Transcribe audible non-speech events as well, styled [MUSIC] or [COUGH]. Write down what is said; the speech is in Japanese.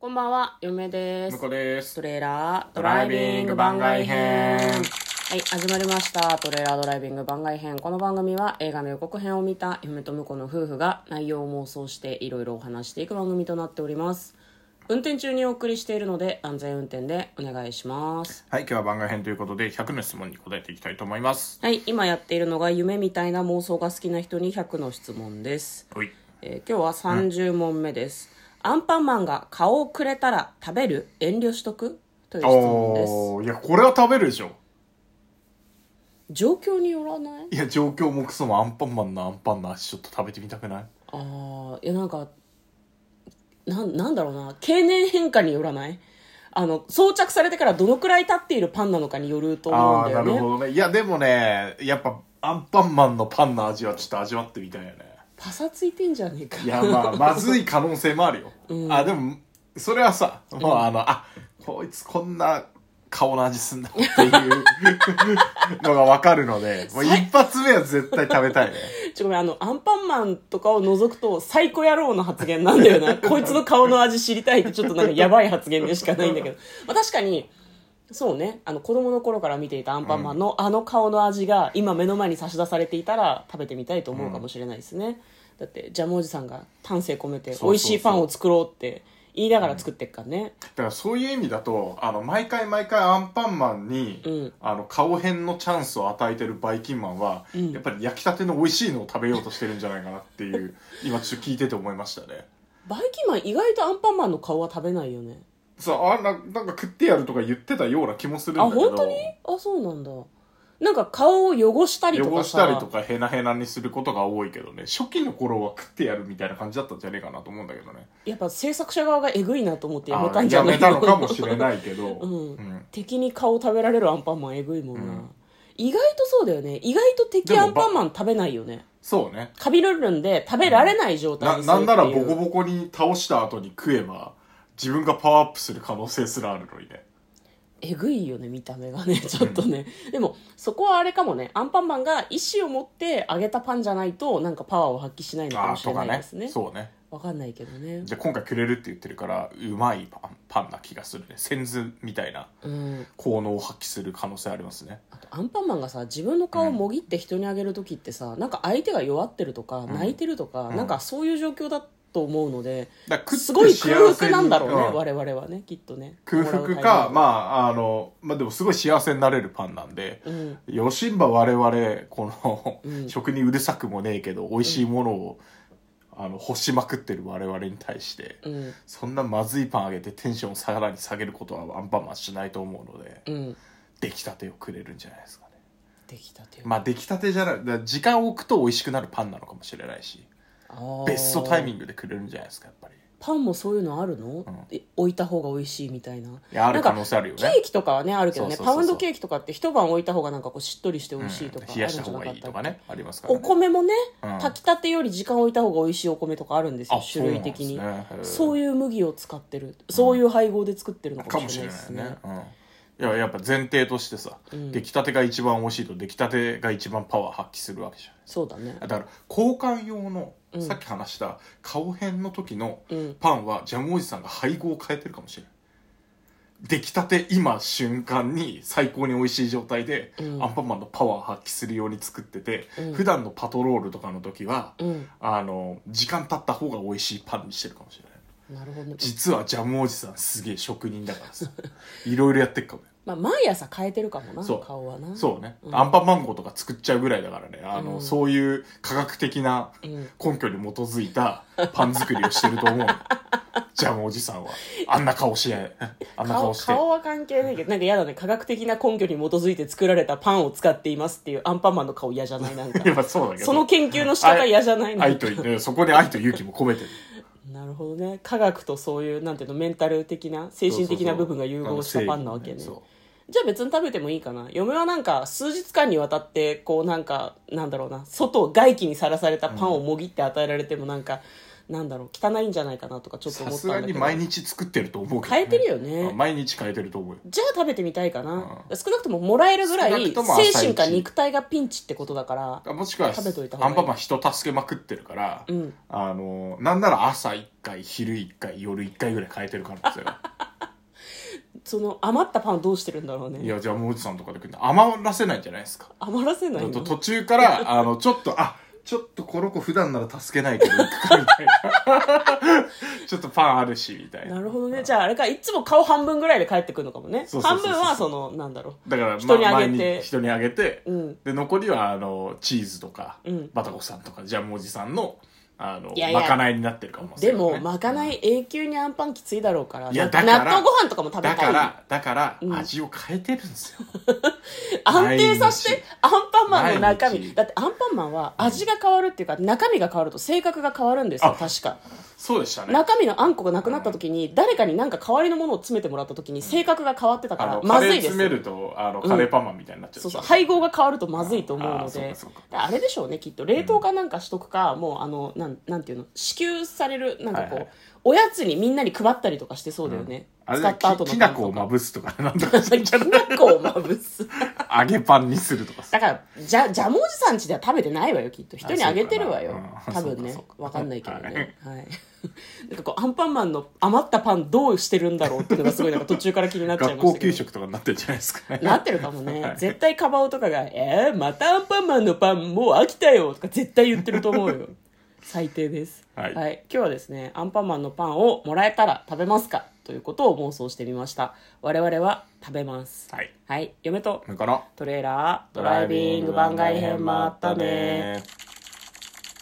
こんばんは、嫁です向。こうですトレーラードライビング番外編はい、始まりました。トレーラードライビング番外編。この番組は映画の予告編を見た嫁と婿の夫婦が内容を妄想していろいろお話していく番組となっております。運転中にお送りしているので安全運転でお願いします。はい今日は番外編ということで100の質問に答えていきたいと思いますはい、今やっているのが夢みたいな妄想が好きな人に100の質問です。はいえー今日は30問目です、アンパンマンが顔をくれたら食べる遠慮しとくという質問ですおーいやこれは食べるでしょ状況によらないいや状況もクソもアンパンマンのアンパンの足ちょっと食べてみたくないああいやなんかなんなんだろうな経年変化によらないあの装着されてからどのくらい経っているパンなのかによると思うんだあーよなるねほどねいやでもねやっぱアンパンマンのパンの味はちょっと味わってみたいよねパサついてんじゃねえかいやまあまずい可能性もあるよ、あでもそれはさまああの、あこいつこんな顔の味すんだっていうのがわかるのでもう一発目は絶対食べたいねちょごめんあのアンパンマンとかを除くとサイコ野郎の発言なんだよ [LAUGHS] なこいつの顔の味知りたいってちょっとなんかやばい発言でしかないんだけど、 [LAUGHS] まあ、確かにそうねあの子供の頃から見ていたアンパンマンの、あの顔の味が今目の前に差し出されていたら食べてみたいと思うかもしれないですね、だってジャムおじさんが丹精込めてそうそう美味しいパンを作ろうって言いながら作ってっからね、だからそういう意味だとあの毎回毎回アンパンマンに、うんあの顔変のチャンスを与えてるバイキンマンは、やっぱり焼きたての美味しいのを食べようとしてるんじゃないかなっていう [LAUGHS] 今ちょっと聞いてて思いましたねバイキンマン意外とアンパンマンの顔は食べないよねそうあななんか食ってやるとか言ってたような気もするんだあけど本当にあそうなんだなんか顔を汚したりと汚かしさたりとかヘナヘナにすることが多いけどね初期の頃は食ってやるみたいな感じだったんじゃねえかなと思うんだけどねやっぱ制作者側がえぐいなと思ってやめあたんじやゃないめたのかもしれないけど、うんうん [LAUGHS] 敵に顔食べられるアンパンマンえぐいもんな、うん意外とそうだよね意外と敵でもアンパンマン食べないよねそうねカビルルンで食べられない状態なにするっなていうんならボコボコに倒した後に食えば自分がパワーアップする可能性すらあるのにねえぐいよね見た目がねちょっとね、でもそこはあれかもねアンパンマンが意志を持ってあげたパンじゃないとなんかパワーを発揮しないのかもあーしとれなかいねですねわそうねかんないけどねじゃあ今回くれるって言ってるからうまいパンパンな気がするねセンズみたいなうん効能を発揮する可能性ありますねあとアンパンマンがさ自分の顔をもぎって人にあげる時ってさ、なんか相手が弱ってるとか、泣いてるとか、なんかそういう状況だと思うので、だからすごい食って空幸せ腹になんだろうね、ん我々はねきっとね空腹か、まああ、あの、まあでもすごい幸せになれるパンなんで、うんよしんば我々、この、うん食にうるさくもねえけど、美味しいものを、あの、干しまくってる我々に対して、うんそんなまずいパンあげてテンションをさらに下げることはアンパンマンしないと思うので、うん出来たてをくれるんじゃないですかね。できたてまあ出来たてじゃない、だから時間を置くと美味しくなるパンなのかもしれないし、ベストタイミグングでくれるんじゃないですか、やっぱり。パンもそういうのあるの、え置いた方が美味しいみたいないやあなるんか可能性あるよねケーキとかはねあるけどねそうそうそうそうパウンドケーキとかって一晩置いた方がなんかこうしっとりして美味しいとかうんあ冷るんやじしゃたなか方ったっがいけいとかね、ありますからおね。米もね、うん炊きたてより時間置いた方が美味しいお米とかあるんですよ種類的にそうなんですねへえそういう麦を使ってるそういう配合で作ってるのかかももししれなれないいでですすねね、うん、いややっぱ前提としてさ、ん出来たてが一番美味しいと出来たてが一番パワー発揮するわけじゃないですそうだねかだから交換用うの、んさっき話した顔編の時のうんパンはジャムおじさんが配合を変えてるかもしれない出来たて今瞬間に最高に美味しい状態で、うんアンパンマンのパワー発揮するように作ってて、うん普段のパトロールとかの時は、うんあの時間経った方が美味しいパンにしてるかもしれないなるほどね、実はジャムおじさんすげえ職人だか [LAUGHS] らさいろいろやってっかもよまあ、毎朝変えてるかもなそう顔はなそうね、うんアンパンマンゴーとか作っちゃうぐらいだからねあうの、んそういう科学的なうん根拠に基づいたパン作りをしてると [LAUGHS] 思うジャムおじさんはあんな顔しやあんな顔顔して顔は関係ないけどなんか嫌だね科学的な根拠に基づいて作られたパンを使っていますっていうアンパンマンの顔嫌じゃないなん [LAUGHS] か [LAUGHS] やっぱそうだけどその研究の仕方嫌じゃないなん愛かとねそこに愛と勇気も込めてるなるほどね科学とそういうなんていうのメンタル的な精神的な部分が融合したパンなわけねそうじゃあ別に食べてもいいかな嫁はなんか数日間にわたってこうなんかなんだろうな外を外気にさらされたパンをもぎって与えられてもなんか、なんだろう汚いんじゃないかなとかちょっとさ思っすたがんだにけど毎日作ってると思うけど、変えてるよねあ毎日変えてると思うよじゃあ食べてみたいかな、少なくとももらえるぐら少ないくとも朝精一神か肉体がピンチってことだからあもしくは食べといた方がアいいンパンマン人助けまくってるから、んあのなんなら朝1回昼1回夜1回ぐらい変えてる可能性がその余ったパンどうしてるんだろういねやじゃあもうおじさんとかで来るの余らせないんじゃないですか余らせないだとの途中から [LAUGHS] あのちょっとあちょっとこの子普段なら助けないけど行くかみたいな [LAUGHS] ちょっとパンあるしみたいななるほどねじゃああれかいつも顔半分ぐらいで帰ってくるのかもねそうそ半うそうそう分はそのなんだろだから、まあ人にあげて前に人にあげて、うんで残りはあのチーズとか、うんバタコさんとかジャムおじさんのあのいやいやまかないになってるかもうしれでない、もまかない永久にあんパンきついだろうからいやなだから納豆ご飯とかも食べただいからだから、うん味を変えてるんですよ安定させてアンパンマンの中毎身日だってアンパンマンは味が変わるっていうか中身が変わると性格が変わるんですよあ確かそうでしたね中身のあんこがなくなった時に誰かに何か代わりのものを詰めてもらった時に性格が変わってたかあらのまカレーずいで詰めするとあのカレーパンマンみたいになっちゃう、そうそう配合が変わるとまずいと思うあのーそうでかそうかあれでしょうねきっと冷凍かなんかしとくかもうあのなんなんていうの支給されるなんかこはいうはいおやつにみんなに配ったりとかしてそうだよねあれ使った後のききなこをまぶすとかなんとかするんじきゃないな粉をまぶす揚げパンにすると [LAUGHS] かさだからじゃジャムおじさん家では食べてないわよきっと人にあげてるわよあ多そうかな分うんねそうかそうかわかんないけどねはい、 [LAUGHS] なんかこうアンパンマンの余ったパンどうしてるんだろうっていうのがすごいなんか途中から気になっちゃい学まし校たけ給ど食とかになってるんじゃないですかねなってるかもね、はい絶対カバオとかが「えー、またアンパンマンのパンもう飽きたよ」とか絶対言ってると思う [LAUGHS] よ最低ですはい今日はですねアンパンマンのパンをもらえたら食べますかということを妄想してみました我々は食べますはいはい嫁とだからトレーラードライビング番外編もあったねー